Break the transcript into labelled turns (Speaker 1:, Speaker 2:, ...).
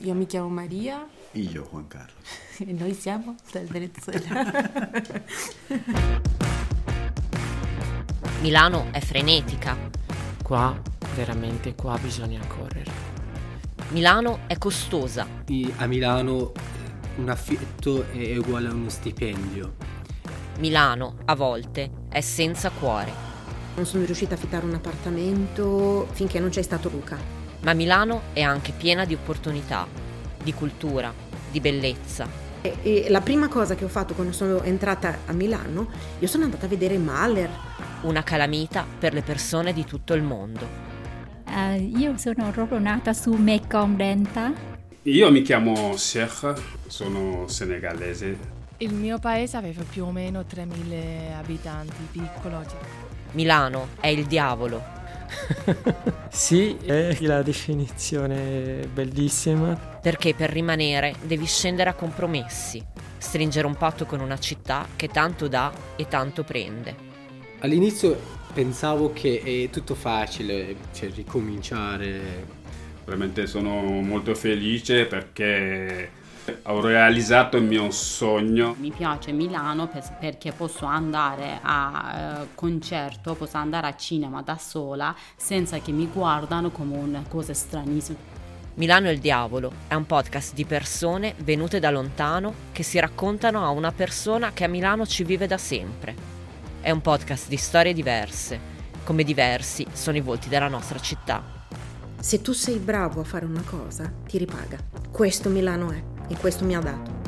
Speaker 1: Io mi chiamo Maria
Speaker 2: Io, Juan Carlo.
Speaker 1: e noi siamo dal Venezuela.
Speaker 3: Milano è frenetica,
Speaker 4: Qua, veramente qua bisogna correre.
Speaker 3: Milano è costosa,
Speaker 5: I- a Milano eh, un affitto è uguale a uno stipendio.
Speaker 3: Milano a volte è senza cuore,
Speaker 6: Non sono riuscita a affittare un appartamento finché non c'è stato Luca.
Speaker 3: ma Milano è anche piena di opportunità, di cultura, di bellezza.
Speaker 6: E, e la prima cosa che ho fatto quando sono entrata a Milano, io sono andata a vedere Mahler.
Speaker 3: Una calamita per le persone di tutto il mondo.
Speaker 7: Ah, io sono proprio nata su Mekong Delta.
Speaker 8: Io mi chiamo Sheikh, sono senegalese.
Speaker 9: Il mio paese aveva più o meno 3.000 abitanti, piccolo. cioè.
Speaker 3: Milano è il diavolo,
Speaker 4: Sì, è la definizione bellissima.
Speaker 3: perché per rimanere devi scendere a compromessi, stringere un patto con una città che tanto dà e tanto prende.
Speaker 5: All'inizio pensavo che è tutto facile, cioè ricominciare.
Speaker 8: Veramente sono molto felice perché ho realizzato il mio sogno.
Speaker 10: Mi piace Milano pes- perché posso andare a eh, concerto, posso andare a cinema da sola senza che mi guardano come una cosa stranissima.
Speaker 3: Milano è il diavolo è un podcast di persone venute da lontano che si raccontano a una persona che a Milano ci vive da sempre. È un podcast di storie diverse, come diversi sono i volti della nostra città.
Speaker 6: Se tu sei bravo a fare una cosa, ti ripaga. Questo Milano è e questo mi ha dato.